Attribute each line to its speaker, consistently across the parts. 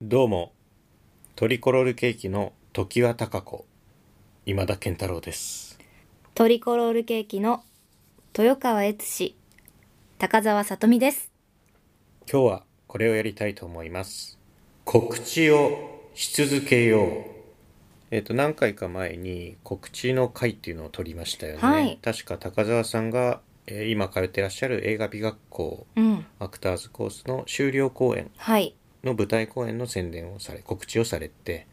Speaker 1: どうも、トリコロールケーキの常盤貴子、今田健太郎です。
Speaker 2: トリコロールケーキの豊川悦司高澤さとみです
Speaker 1: 今日はこれをやりたいと思います。告知をし続けよう。えっ、と、何回か前に告知の会っていうのを取りましたよね。
Speaker 2: はい
Speaker 1: 確か高澤さんが、えー今通ってらっしゃる映画美学校
Speaker 2: うん
Speaker 1: アクターズコースの修了公演
Speaker 2: はい
Speaker 1: の舞台公演の宣伝をされ告知をされて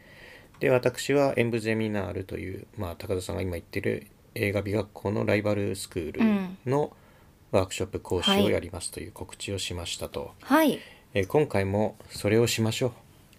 Speaker 1: で私は演舞ゼミナールという、まあ、高田さんが今行ってる映画美学校のライバルスクールのワークショップ講師
Speaker 2: は
Speaker 1: を
Speaker 2: い
Speaker 1: やりますという告知をしましたと、
Speaker 2: はい
Speaker 1: えー今回もそれをしましょう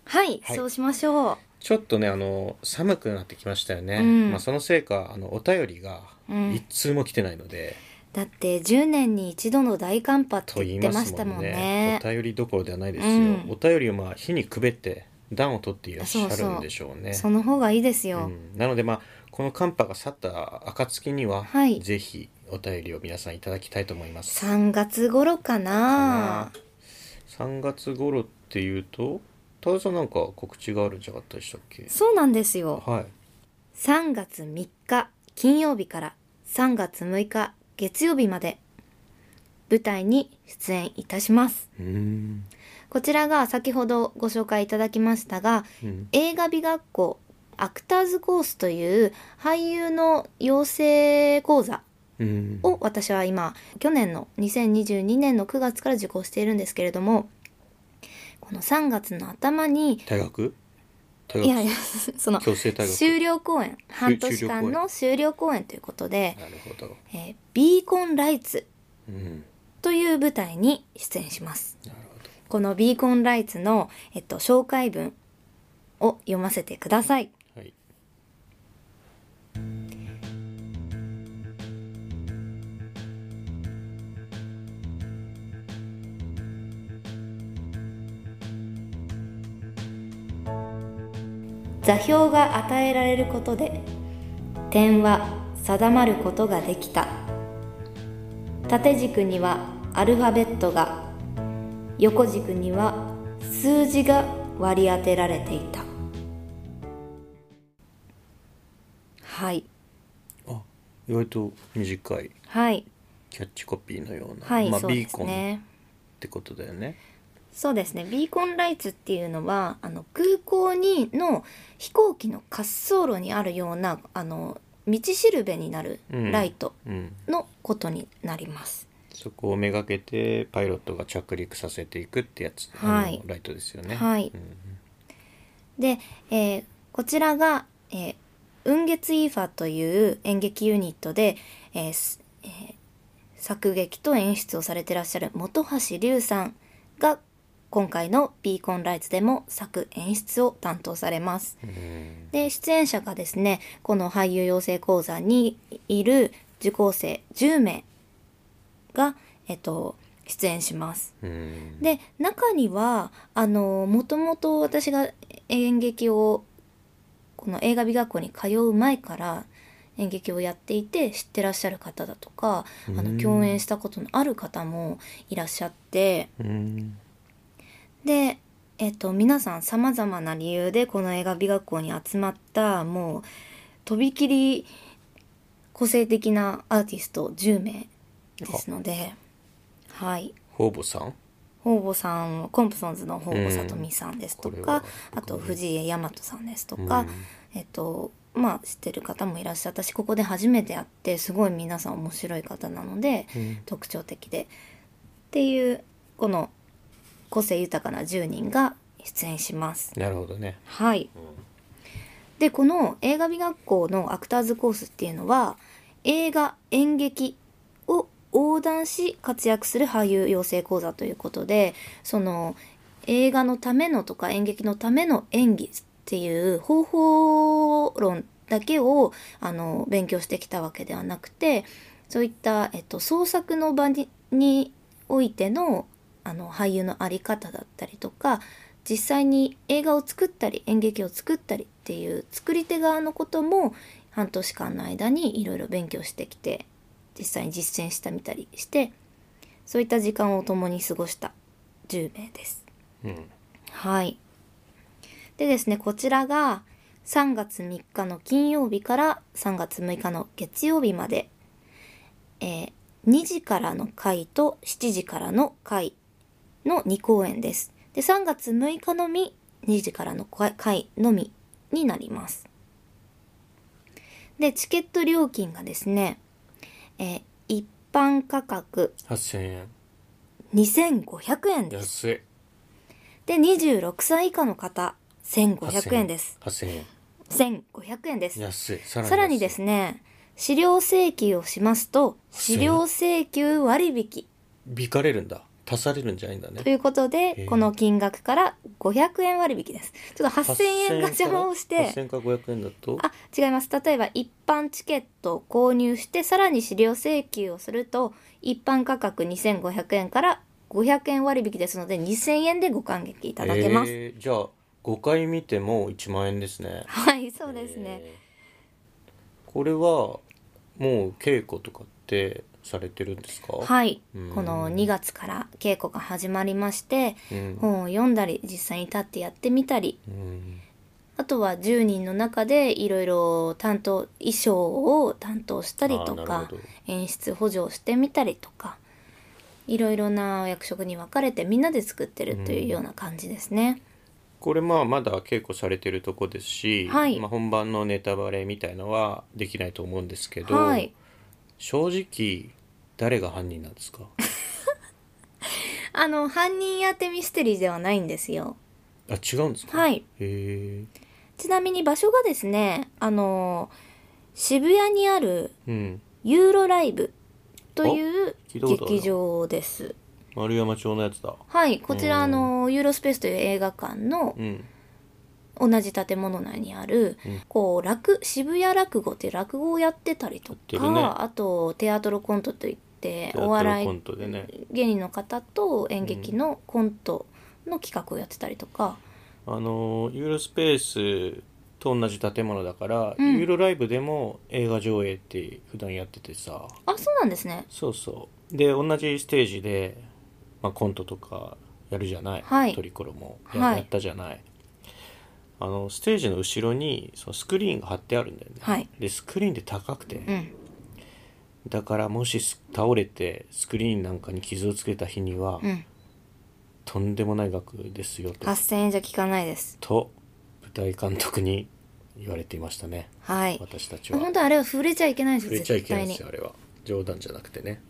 Speaker 2: はい、
Speaker 1: はい
Speaker 2: そうしましょう
Speaker 1: ちょっとねあの寒くなってきましたよね、
Speaker 2: うん
Speaker 1: まあ、そのせいかあのお便りが
Speaker 2: うん
Speaker 1: 一通も来てないので、
Speaker 2: だって10年に一度の大寒波って
Speaker 1: と言
Speaker 2: 言
Speaker 1: い
Speaker 2: って
Speaker 1: ま
Speaker 2: ますした
Speaker 1: も
Speaker 2: も
Speaker 1: ん
Speaker 2: ん
Speaker 1: ね
Speaker 2: ね
Speaker 1: お便りどころではないですよ、
Speaker 2: うん
Speaker 1: お便りをまあ火にくべって暖を取っていらっしゃるんでしょうね
Speaker 2: その方がいいです
Speaker 1: う
Speaker 2: よ、
Speaker 1: ん、なのでまあこの寒波が去った暁には、
Speaker 2: はい
Speaker 1: ぜひお便りを皆さんいただきたいと思います。
Speaker 2: 3月頃かな
Speaker 1: 3月頃っていうと田田さんなんか告知があるんじゃなかったでしたっけ
Speaker 2: そうなんですよ
Speaker 1: はい
Speaker 2: 3月3日金曜日から3月6日月曜日まで舞台に出演いたします
Speaker 1: うーん
Speaker 2: こちらが先ほどご紹介いただきましたが
Speaker 1: うん
Speaker 2: 映画美学校アクターズコースという俳優の養成講座
Speaker 1: うん
Speaker 2: を私は今去年の2022年の9月から受講しているんですけれどもこの3月の頭に
Speaker 1: 大学大
Speaker 2: いや
Speaker 1: 学
Speaker 2: いやその
Speaker 1: 強制大学
Speaker 2: 修了公演半年
Speaker 1: 修了
Speaker 2: 間
Speaker 1: 公演
Speaker 2: の修了公演ということで、
Speaker 1: なるほど、
Speaker 2: えービーコンライツ
Speaker 1: うん、
Speaker 2: という舞台に出演します。
Speaker 1: なるほど
Speaker 2: このビーコンライツの、えっと、紹介文を読ませてください。
Speaker 1: はい
Speaker 2: 座標が与えられることで点は定まることができた縦軸にはアルファベットが横軸には数字が割り当てられていたはい
Speaker 1: あ意外と短い
Speaker 2: はい
Speaker 1: キャッチコピーのような、
Speaker 2: はい、
Speaker 1: まあ、
Speaker 2: そう
Speaker 1: ビ
Speaker 2: で
Speaker 1: ー
Speaker 2: す
Speaker 1: コンっ
Speaker 2: ね
Speaker 1: てことだよね
Speaker 2: そうですねビーコンライツっていうのはあの空港にの飛行機の滑走路にあるようなあの道しるべになるライト
Speaker 1: うん
Speaker 2: のことになります、
Speaker 1: そこをめがけてパイロットが着陸させていくってやつ、
Speaker 2: はい
Speaker 1: あのライトですよね。
Speaker 2: はい
Speaker 1: うん
Speaker 2: で、えーこちらが、えー雲月イーファという演劇ユニットで、えーすえー作劇と演出をされてらっしゃる本橋龍さんが今回のビーコンライツでも作演出を担当されます
Speaker 1: うん
Speaker 2: で出演者がですねこの俳優養成講座にいる受講生10名が、えっと、出演します。
Speaker 1: うん
Speaker 2: で中にはあのもともと私が演劇をこの映画美学校に通う前から演劇をやっていて知ってらっしゃる方だとかあ
Speaker 1: う
Speaker 2: の
Speaker 1: ん
Speaker 2: 共演したことのある方もいらっしゃって。
Speaker 1: うん
Speaker 2: で、えっと、皆さんさまざまな理由でこの映画美学校に集まったもうとびきり個性的なアーティスト10名ですのではい
Speaker 1: ほうぼさん
Speaker 2: 方々さんコンプソンズの方々さとみさんですと
Speaker 1: うんこれ
Speaker 2: か
Speaker 1: は、
Speaker 2: あと藤江大和さんですとか、
Speaker 1: うん
Speaker 2: えっとまあ知ってる方もいらっしゃったしここで初めて会ってすごい皆さん面白い方なので、
Speaker 1: うん
Speaker 2: 特徴的でっていうこの個性豊かな10人が出演します。
Speaker 1: なるほどね。
Speaker 2: はい、でこの映画美学校のアクターズコースっていうのは映画演劇を横断し活躍する俳優養成講座ということでその映画のためのとか演劇のための演技っていう方法論だけをあの勉強してきたわけではなくてそういった、えっと、創作の場ににおいてのあの俳優の在り方だったりとか実際に映画を作ったり演劇を作ったりっていう作り手側のことも半年間の間にいろいろ勉強してきて実際に実践したみたりしてそういった時間を共に過ごした10名です。
Speaker 1: うん
Speaker 2: はいでですね、こちらが3月3日の金曜日から3月6日の月曜日まで、えー2時からの回と7時からの回の2公演です。で、3月6日のみ、2時からの回のみになります。で、チケット料金がですね、えー一般価格
Speaker 1: 8000円
Speaker 2: 2500円です。
Speaker 1: 安い
Speaker 2: で、26歳以下の方、1500
Speaker 1: 8,000
Speaker 2: 円です。
Speaker 1: 8000円
Speaker 2: 1500円です。
Speaker 1: 安いさ
Speaker 2: さらにです
Speaker 1: ね
Speaker 2: ね、資料請求をしますと、資料請求割引
Speaker 1: 引かれるんだ足されるんじゃないんだね
Speaker 2: ということ
Speaker 1: へ
Speaker 2: で、
Speaker 1: え
Speaker 2: この金額から500円割引です。ちょっと8000円が邪魔をし
Speaker 1: 8000
Speaker 2: て、
Speaker 1: か500円だと
Speaker 2: あ、違います。例えば一般チケットを購入して、さらに資料請求をすると、一般価格2500円から500円割引ですので、2000円でご感激いただけます。
Speaker 1: えーじゃあ5回見ても1万円ですね
Speaker 2: はい、そうですね。
Speaker 1: えーこれはもう稽古とかってされてるんですか
Speaker 2: はい
Speaker 1: うん、
Speaker 2: この2月から稽古が始まりまして
Speaker 1: うん
Speaker 2: 本を読んだり実際に立ってやってみたり
Speaker 1: うん
Speaker 2: あとは10人の中でいろいろ担当衣装を担当したりと
Speaker 1: あーなる
Speaker 2: か
Speaker 1: ほど
Speaker 2: 演出補助をしてみたりとかいろいろな役職に分かれてみんなで作ってるというような感じですね。
Speaker 1: これまあまだ稽古されてるとこですし、
Speaker 2: はい
Speaker 1: まあ、本番のネタバレみたいのはできないと思うんですけど、
Speaker 2: はい、
Speaker 1: 正直誰が犯人なんですか
Speaker 2: あの犯人当てミステリーではないんですよ。
Speaker 1: あ違うんですか
Speaker 2: はいい、
Speaker 1: へ
Speaker 2: ちなみに場所がですねあの渋谷にある
Speaker 1: えうん
Speaker 2: ユーロライブという
Speaker 1: 聞いたことあるな
Speaker 2: 劇場です。
Speaker 1: 丸山町のやつだ
Speaker 2: はい、こち
Speaker 1: うん
Speaker 2: らあのユーロスペースという映画館の
Speaker 1: うん
Speaker 2: 同じ建物内にある、
Speaker 1: うん
Speaker 2: こう落渋谷落語っていう落語をやってたりと
Speaker 1: やって
Speaker 2: か、
Speaker 1: るね
Speaker 2: あとテアトロコントといって
Speaker 1: テアトロ
Speaker 2: お笑い
Speaker 1: コントでね
Speaker 2: 芸人の方と演劇のコントの企画をやってたりとか、
Speaker 1: あのユーロスペースと同じ建物だから、
Speaker 2: うん
Speaker 1: ユーロライブでも映画上映って普段やっててさ
Speaker 2: あそうなんですね
Speaker 1: そうそうで同じステージで、まあ、コントとかやるじゃない、
Speaker 2: はい
Speaker 1: トリコロもや,、
Speaker 2: はい
Speaker 1: やったじゃないあのステージの後ろにそのスクリーンが貼ってあるんだよね、
Speaker 2: はい
Speaker 1: でスクリーンで高くて、
Speaker 2: うん
Speaker 1: だからもしす倒れてスクリーンなんかに傷をつけた日には、
Speaker 2: うん
Speaker 1: とんでもない額ですよと
Speaker 2: 8,000円じゃ効かないです
Speaker 1: と舞台監督に言われていましたね
Speaker 2: はい
Speaker 1: 私たちは
Speaker 2: 本当あれは触れちゃいけないんです
Speaker 1: 触
Speaker 2: よ
Speaker 1: れちゃい
Speaker 2: 絶
Speaker 1: けない
Speaker 2: 対
Speaker 1: で
Speaker 2: に
Speaker 1: すよあれは冗談じゃなくてね、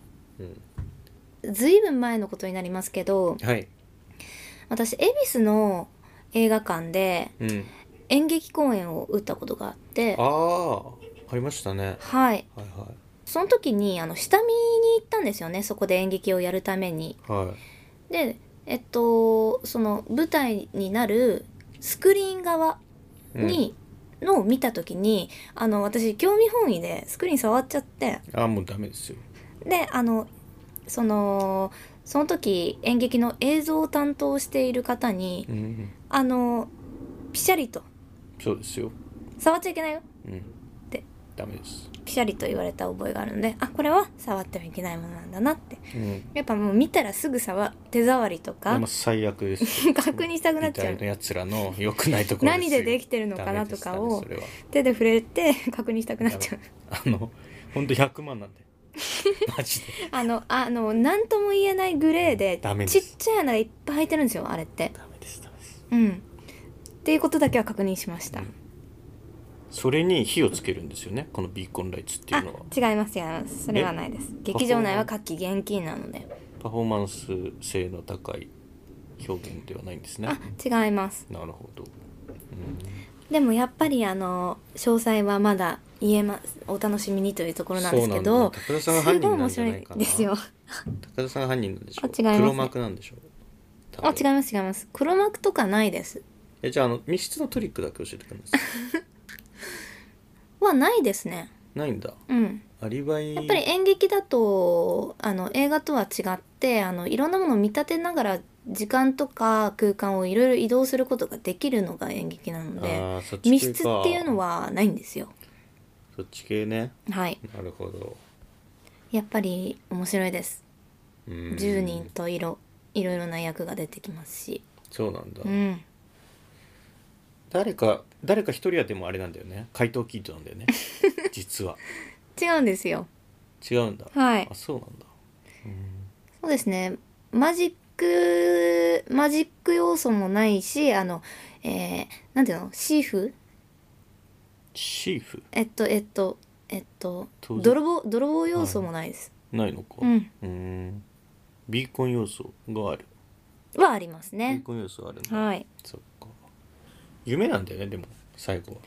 Speaker 1: うん、
Speaker 2: ずいぶん前のことになりますけど
Speaker 1: はい、
Speaker 2: 私恵比寿の映画館で
Speaker 1: うん、
Speaker 2: 演劇公演を打ったことがあって
Speaker 1: ああありましたね
Speaker 2: はい
Speaker 1: はい
Speaker 2: その時にあの下見に行ったんですよねそこで演劇をやるために
Speaker 1: はいはい
Speaker 2: でえっとその舞台になるスクリーン側に、のを見た時にあの私興味本位でスクリーン触っちゃって
Speaker 1: ああもうダメですよ
Speaker 2: であのそのその時演劇の映像を担当している方に
Speaker 1: うん
Speaker 2: あのピシャリと
Speaker 1: そうですよ
Speaker 2: 触っちゃいけないよ
Speaker 1: うん
Speaker 2: で
Speaker 1: ダメです
Speaker 2: ピシャリと言われた覚えがあるのであこれは触ってはいけないものなんだなって
Speaker 1: うん
Speaker 2: やっぱもう見たらすぐ触手触りと
Speaker 1: で
Speaker 2: か
Speaker 1: も最悪ですよ
Speaker 2: 確認したくなっちゃ
Speaker 1: み
Speaker 2: う
Speaker 1: たいなやつらの良くないところ
Speaker 2: 何ででき
Speaker 1: て
Speaker 2: てるのかなとかを
Speaker 1: それは
Speaker 2: 手で触れて確認したくなっちゃう
Speaker 1: あの本当100万 なんでマジで
Speaker 2: あのあの何とも言えないグレーで
Speaker 1: ダメで
Speaker 2: ちっ
Speaker 1: す
Speaker 2: ちゃい穴がいっぱい開いてるんですよあれって
Speaker 1: ダメですダメです
Speaker 2: うんっていうことだけは確認しました、
Speaker 1: うんそれに火をつけるんですよねこのビーコンライツってい
Speaker 2: あ
Speaker 1: うのは
Speaker 2: 違います違いますそれはないです劇場内は活気厳禁なので
Speaker 1: パフォーマンス性の高い表現ではないんですね
Speaker 2: あ違います
Speaker 1: なるほど、うん
Speaker 2: でもやっぱりあの詳細はまだ言えますお楽しみにというところなんですけ
Speaker 1: そうな
Speaker 2: ど
Speaker 1: んだ高田さんが犯
Speaker 2: すごい
Speaker 1: 人なん
Speaker 2: 面
Speaker 1: じゃ
Speaker 2: 白
Speaker 1: ない
Speaker 2: い
Speaker 1: かな
Speaker 2: ですよ
Speaker 1: 高田さんが犯人なんでしょ
Speaker 2: あ違います
Speaker 1: 黒幕なんでしょ多
Speaker 2: あ
Speaker 1: 分
Speaker 2: 違います違います黒幕とかないです
Speaker 1: えじゃああの密室のトリックだけ教えてください
Speaker 2: はないですね
Speaker 1: ないんだ
Speaker 2: うん
Speaker 1: アリバイ
Speaker 2: やっぱり演劇だとあの映画とは違ってあのいろんなものを見立てながら時間とか空間をいろいろ移動することができるのが演劇なので
Speaker 1: あーそっち系か
Speaker 2: 密室っていうのはないんですよ
Speaker 1: そっち系ね
Speaker 2: はい
Speaker 1: なるほど
Speaker 2: やっぱり面白いです
Speaker 1: うん
Speaker 2: 10人と色いろいろな役が出てきますし
Speaker 1: そうなんだ、
Speaker 2: うん
Speaker 1: 誰か誰か一人はでもあれなんだよね怪盗キッドなんだよ ね実は
Speaker 2: 違うんですよ
Speaker 1: 違うんだ、
Speaker 2: はい
Speaker 1: あそうなんだうん
Speaker 2: そうですねマジックマジック要素もないしあのえー、なんていうのシーフ
Speaker 1: シーフ
Speaker 2: えっとえっとえっと
Speaker 1: 当然
Speaker 2: 泥棒泥棒要素もないです、
Speaker 1: ないのか
Speaker 2: うん
Speaker 1: うんビーコン要素がある
Speaker 2: はあります
Speaker 1: ビー
Speaker 2: ね
Speaker 1: コン要素があるんだ、
Speaker 2: はい
Speaker 1: そっか夢なんだよねでも最後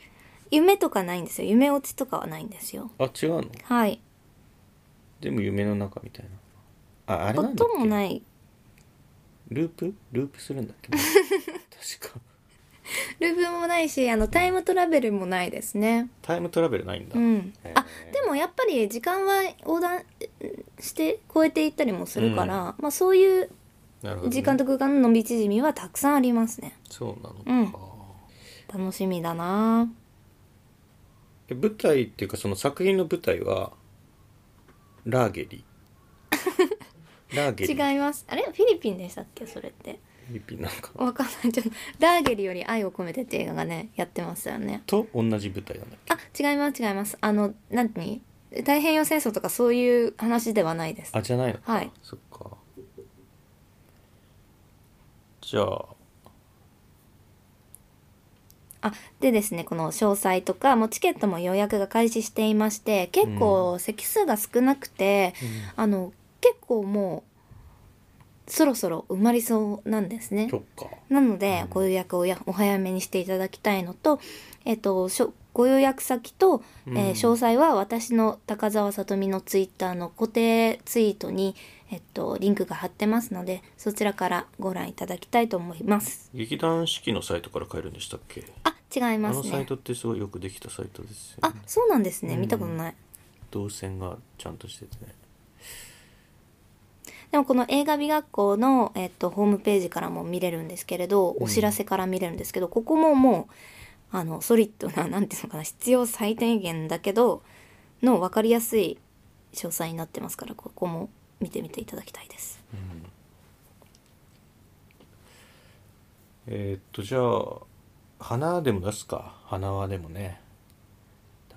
Speaker 2: 夢とかないんですよ夢落ちとかはないんですよ
Speaker 1: はあ違うの
Speaker 2: はい
Speaker 1: でも夢の中みたいなああれなんだっけ
Speaker 2: 音もない
Speaker 1: ループループするん だっけ確か
Speaker 2: ループもないしあのタイムトラベルもないですね
Speaker 1: タイムトラベルないんだ、
Speaker 2: うん
Speaker 1: へー
Speaker 2: あでもやっぱり時間は横断して超えていったりもするから、まあそういう
Speaker 1: なるほどね、
Speaker 2: 時間と空間の伸び縮みはたくさんありますね
Speaker 1: そうなのか、
Speaker 2: うん楽しみだな
Speaker 1: え舞台っていうかその作品の舞台はラーゲ リラーゲ
Speaker 2: 違
Speaker 1: リ
Speaker 2: い
Speaker 1: フ
Speaker 2: ますあれフィリピンでしたっけそれって
Speaker 1: ィリピンなんか
Speaker 2: わかんないちょっとラーゲリより愛を込めてって映画がねやってましたよね
Speaker 1: と同じ舞台なんだっけ
Speaker 2: あ違います違いますあの何に太平洋戦争とかそういう話ではないです
Speaker 1: あじゃないのか、
Speaker 2: はい
Speaker 1: そっかじゃあ
Speaker 2: あでですねこの詳細とかもうチケットも予約が開始していまして結構席数が少なくて、あの結構もうそろそろ埋まりそうなんですね
Speaker 1: そっか
Speaker 2: なので、
Speaker 1: うん
Speaker 2: ご予約をやお早めにしていただきたいのと、えっと、しょご予約先と、えー
Speaker 1: うん
Speaker 2: 詳細は私の高澤さとみのツイッターの固定ツイートに、えっと、リンクが貼ってますのでそちらからご覧いただきたいと思います。
Speaker 1: 劇団四季のサイトから買えるんでしたっけ
Speaker 2: あ違い
Speaker 1: あ
Speaker 2: ま
Speaker 1: の
Speaker 2: す
Speaker 1: サイ
Speaker 2: ね。
Speaker 1: トってすごいよくできたサイトですよ、
Speaker 2: あ
Speaker 1: ね、
Speaker 2: そうなんですね
Speaker 1: うん
Speaker 2: 見たことない。
Speaker 1: 動線がちゃんとしててね
Speaker 2: でもこの映画美学校の、えっと、ホームページからも見れるんですけれど
Speaker 1: うん
Speaker 2: お知らせから見れるんですけど、ここももうあのソリッドな なんていうのかな必要最低限だけどの分かりやすい詳細になってますからここも見てみていただきたいです。
Speaker 1: えーっとじゃあ花でも出すか花はでもね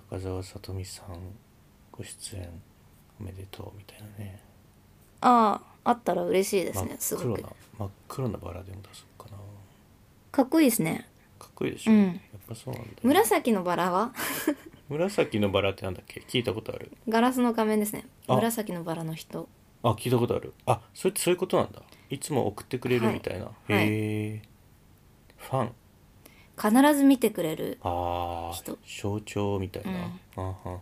Speaker 1: 高澤さとみさんご出演おめでとうみたいなね
Speaker 2: あああったら嬉しいですねす
Speaker 1: 真っ
Speaker 2: ご
Speaker 1: 黒
Speaker 2: く
Speaker 1: な。真っ黒なバラでも出そうかな
Speaker 2: かっこいいですね。
Speaker 1: かっこいいでしょ、
Speaker 2: うん
Speaker 1: やっぱそうなんだよね、
Speaker 2: 紫のバラは
Speaker 1: 紫のバラってなんだっけ聞いたことある
Speaker 2: ガラスの仮面ですね。
Speaker 1: あ
Speaker 2: 紫のバラの人。
Speaker 1: あ聞いたことあるあそれってそういうことなんだいつも送ってくれるみたいな、
Speaker 2: いはい
Speaker 1: へえファン
Speaker 2: 必ず見てくれる。
Speaker 1: ああ
Speaker 2: 人
Speaker 1: 象徴みたいな、
Speaker 2: うん
Speaker 1: あはんはん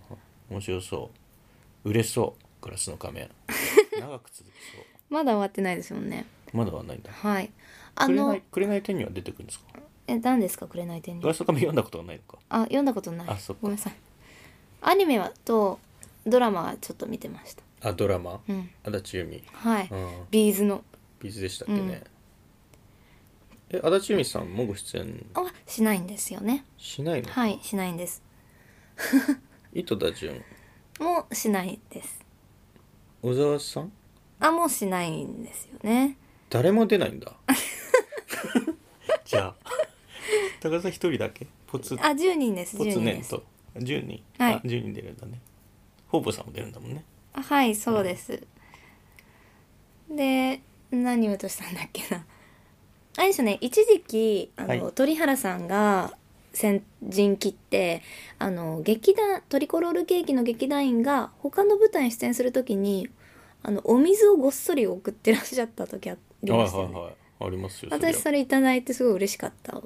Speaker 1: 面白そう売れそうグラスの仮 面長く続きそ
Speaker 2: まだ終わってないですもんね。
Speaker 1: うまだはないんだ
Speaker 2: はい。あの
Speaker 1: 紅紅天には出てくるんですか
Speaker 2: え何ですか紅天
Speaker 1: グ
Speaker 2: に
Speaker 1: ラスの仮面読んだことがないのか
Speaker 2: あ読んだことない
Speaker 1: あそっか
Speaker 2: ごめんなさいアニメはとドラマはちょっと見てました
Speaker 1: あドラマ
Speaker 2: うん
Speaker 1: 足立由美
Speaker 2: はい、
Speaker 1: うん
Speaker 2: ビーズの
Speaker 1: ビズでしたっけね、え足立由美さんもご出演
Speaker 2: あしないんですよね
Speaker 1: しないの、
Speaker 2: はいしないんです
Speaker 1: 糸田潤
Speaker 2: もうしないです
Speaker 1: 小沢さん
Speaker 2: あもうしないんですよね
Speaker 1: 誰も出ないんだじゃあ高田さん一人だけポツッ
Speaker 2: あ10人です
Speaker 1: ポ
Speaker 2: 10
Speaker 1: ツ
Speaker 2: 人
Speaker 1: ネン
Speaker 2: です
Speaker 1: と10人、
Speaker 2: はい
Speaker 1: あ10人出るんだねほぼさんも出るんだもんね
Speaker 2: あはいそうです、で何言おうとしたんだっけなあれですよね一時期あの、
Speaker 1: はい
Speaker 2: 鳥原さんが先陣切ってあの劇団トリコロールケーキの劇団員が他の舞台に出演するときにあのお水をごっそり送ってらっしゃった時あり
Speaker 1: はいは
Speaker 2: ま
Speaker 1: い
Speaker 2: したよね、
Speaker 1: はいありますよそりゃ
Speaker 2: 私それいただいてすごい嬉しかったん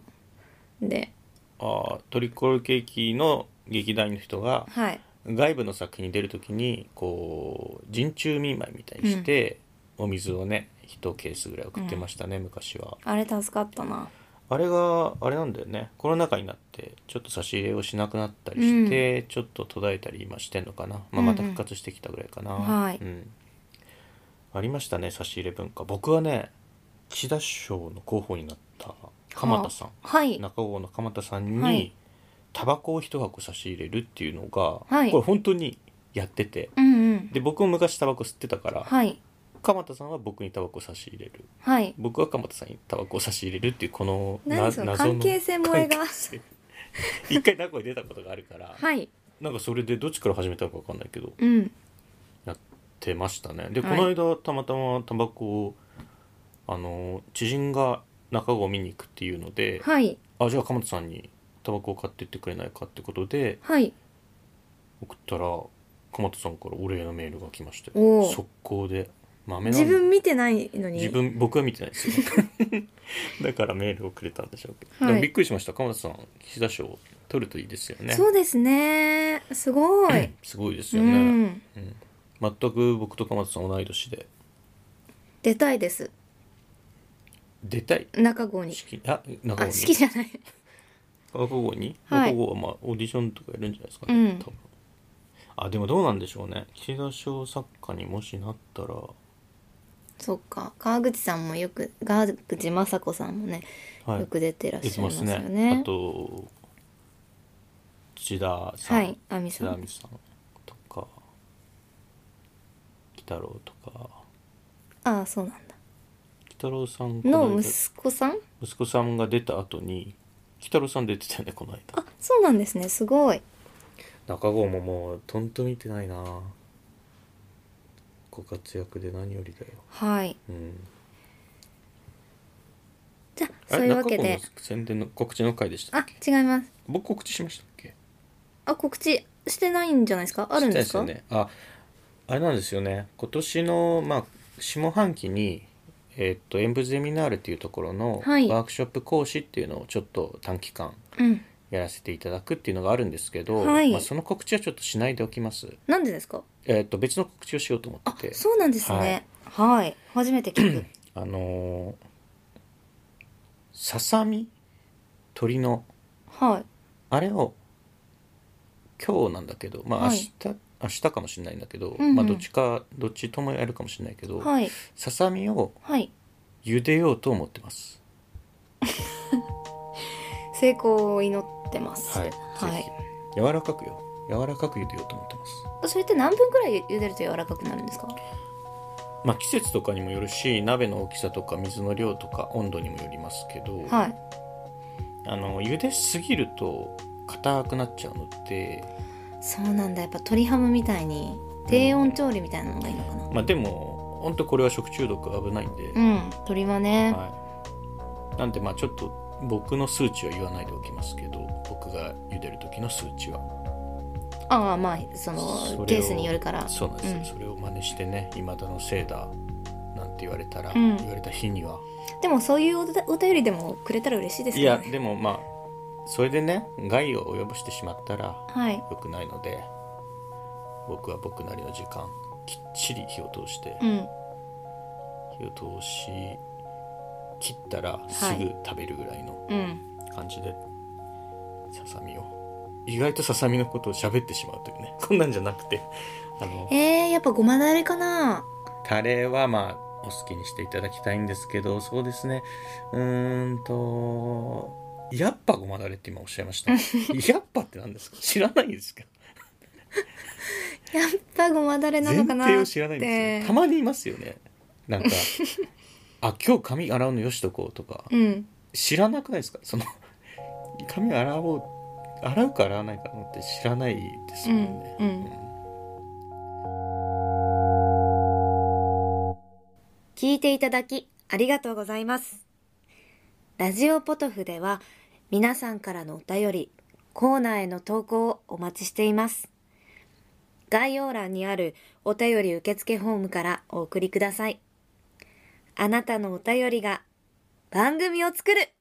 Speaker 2: で
Speaker 1: ああトリコールケーキの劇団員の人が
Speaker 2: はい
Speaker 1: 外部の作品に出るときにこう陣中見舞いみたいにして、お水をね一ケースぐらい送ってましたね、昔は
Speaker 2: あれ助かったな
Speaker 1: あれがあれなんだよねコロナ禍になってちょっと差し入れをしなくなったりして、ちょっと途絶えたり今してんのかな、まあ、また復活してきたぐらいかな、
Speaker 2: うんうんはい
Speaker 1: うんありましたね差し入れ文化僕はね岸田首相の候補になった鎌田さん
Speaker 2: はい
Speaker 1: 中郷の鎌田さんに、
Speaker 2: はい
Speaker 1: タバコを一箱差し入れるっていうのが、
Speaker 2: はい
Speaker 1: これ本当にやってて
Speaker 2: うんうん
Speaker 1: で僕も昔タバコ吸ってたから、
Speaker 2: はい
Speaker 1: 鎌田さんは僕にタバコを差し入れる
Speaker 2: はい
Speaker 1: 僕は鎌田さんにタバコを差し入れるっていうこのな
Speaker 2: 何その関係性萌えが
Speaker 1: 関係性 一回名古屋に出たことがあるから、
Speaker 2: はい
Speaker 1: なんかそれでどっちから始めたのか分かんないけど
Speaker 2: うん
Speaker 1: やってましたねでこ
Speaker 2: はい
Speaker 1: の間たまたまタバコをあの知人が中郷を見に行くっていうので、
Speaker 2: はい
Speaker 1: あじゃあ鎌田さんにタバコを買ってってくれないかってことで
Speaker 2: はい
Speaker 1: 送ったら鎌田さんからお礼のメールが来まして
Speaker 2: おお
Speaker 1: 速攻で豆なん
Speaker 2: 自分見てないのに
Speaker 1: 自分僕は見てないですよ だからメールをくれたんでしょうけど、
Speaker 2: は
Speaker 1: で
Speaker 2: い
Speaker 1: もびっくりしました鎌田さん岸田賞取るといいですよね
Speaker 2: そうですねすごい、
Speaker 1: すごいです
Speaker 2: う
Speaker 1: よね、
Speaker 2: ん
Speaker 1: 全く僕と鎌田さん同い年で
Speaker 2: 出たいです
Speaker 1: 出たい
Speaker 2: 中郷に
Speaker 1: 式あ
Speaker 2: あ
Speaker 1: 中
Speaker 2: 好
Speaker 1: 郷
Speaker 2: き
Speaker 1: に
Speaker 2: じゃない
Speaker 1: 中郷に
Speaker 2: はい
Speaker 1: 中郷はまあオーディションとかやるんじゃないですかね、
Speaker 2: うん
Speaker 1: 多分あでもどうなんでしょうね岸田賞作家にもしなったら
Speaker 2: そっか川口さんもよく川口雅子さんもね、
Speaker 1: はい
Speaker 2: よく出てらっ
Speaker 1: 出
Speaker 2: してゃい
Speaker 1: ま
Speaker 2: ますすよね
Speaker 1: ねあと土田さん、
Speaker 2: はい亜美
Speaker 1: 津
Speaker 2: さ
Speaker 1: 田亜
Speaker 2: ん
Speaker 1: 美さんとか鬼太郎とか
Speaker 2: ああそうなんだ
Speaker 1: 鬼太郎さんこの
Speaker 2: の
Speaker 1: 間
Speaker 2: 息子さん
Speaker 1: 息子さんが出た後に鬼太郎さん出てたよねこの間
Speaker 2: あそうなんですねすごい
Speaker 1: 中郷ももうとんと見てないなご活躍で何よりだよ
Speaker 2: はい
Speaker 1: うん
Speaker 2: じゃあ
Speaker 1: あ
Speaker 2: そう
Speaker 1: れ
Speaker 2: いうわ
Speaker 1: 中
Speaker 2: け
Speaker 1: 郷
Speaker 2: で
Speaker 1: の宣伝の告知の回でした
Speaker 2: あ違います
Speaker 1: 僕告知しましたっけ
Speaker 2: あ告知してないんじゃないですかあるんですか
Speaker 1: してないですよね。あ、あれなんですよね。今年のまあ下半期にえっと演舞ゼミナールっていうところのワ
Speaker 2: はい
Speaker 1: ークショップ講師っていうのをちょっと短期間
Speaker 2: うん
Speaker 1: やらせていただくっていうのがあるんですけど、
Speaker 2: はい
Speaker 1: まあその告知はちょっとしないでおきます。
Speaker 2: なんでですか
Speaker 1: えっと別の告知をしようと思
Speaker 2: あ
Speaker 1: ってて、
Speaker 2: そうなんですねはい、初めて 聞く
Speaker 1: あのーささみ鳥の
Speaker 2: はい
Speaker 1: あれを今日なんだけど、まあ
Speaker 2: は
Speaker 1: 明
Speaker 2: い
Speaker 1: 日、明日かもしれないんだけど、
Speaker 2: うんうん
Speaker 1: まあどっちかどっちともやるかもしれないけど、
Speaker 2: はい
Speaker 1: ささみを
Speaker 2: はい
Speaker 1: 茹でようと思ってます。
Speaker 2: 成功を祈ってます
Speaker 1: はい。
Speaker 2: はい
Speaker 1: ぜひ柔らかくよ。柔らかく茹でようと思ってます。
Speaker 2: それって何分くらい茹でると柔らかくなるんですか
Speaker 1: まあ季節とかにもよるし、鍋の大きさとか水の量とか温度にもよりますけど、
Speaker 2: はい
Speaker 1: あの茹ですぎると硬くなっちゃうので、
Speaker 2: そうなんだやっぱ鶏ハムみたいに低温調理みたいなのがいいのかな
Speaker 1: まあでも本当これは食中毒危ないんで、
Speaker 2: うん、鶏はね、
Speaker 1: はい。なんでまあちょっと僕の数値は言わないでおきますけど、僕が茹でる時の数値は。
Speaker 2: ああまあそ
Speaker 1: それ
Speaker 2: の
Speaker 1: を
Speaker 2: ケースによるから
Speaker 1: そうなんですよ、
Speaker 2: うん
Speaker 1: それを真似してね今田のせいだなんて言われたら、
Speaker 2: うん
Speaker 1: 言われた日には
Speaker 2: でもそういうお便お便りでもくれたら嬉しいです
Speaker 1: い
Speaker 2: よ
Speaker 1: や
Speaker 2: ね
Speaker 1: でもまあそれでね害を及ぼしてしまったら
Speaker 2: はい
Speaker 1: 良くないので僕は僕なりの時間きっちり火を通して
Speaker 2: うん
Speaker 1: 火を通し切ったらすぐ食べるぐらいの
Speaker 2: うん
Speaker 1: 感じで、ささみを意外とささみのことを喋ってしまうというねこんなんじゃなくてあの
Speaker 2: えー、やっぱごまだれかな
Speaker 1: タレはまあお好きにしていただきたいんですけどそうですねうーんとやっぱごまだれって今おっしゃいました やっぱって何ですか知らないですか
Speaker 2: やっぱごまだれなのかな
Speaker 1: 前提を知らないんです
Speaker 2: って
Speaker 1: よたまにいますよねなん かあ今日髪洗うのよしとこうとか
Speaker 2: うん
Speaker 1: 知らなくないですかその髪洗おう洗うか洗わないかなんて知らないですもんね、
Speaker 2: うんうん聞いていただきありがとうございます。ラジオポトフでは皆さんからのお便り、コーナーへの投稿をお待ちしています。概要欄にあるお便り受付フォームからお送りください。あなたのお便りが番組を作る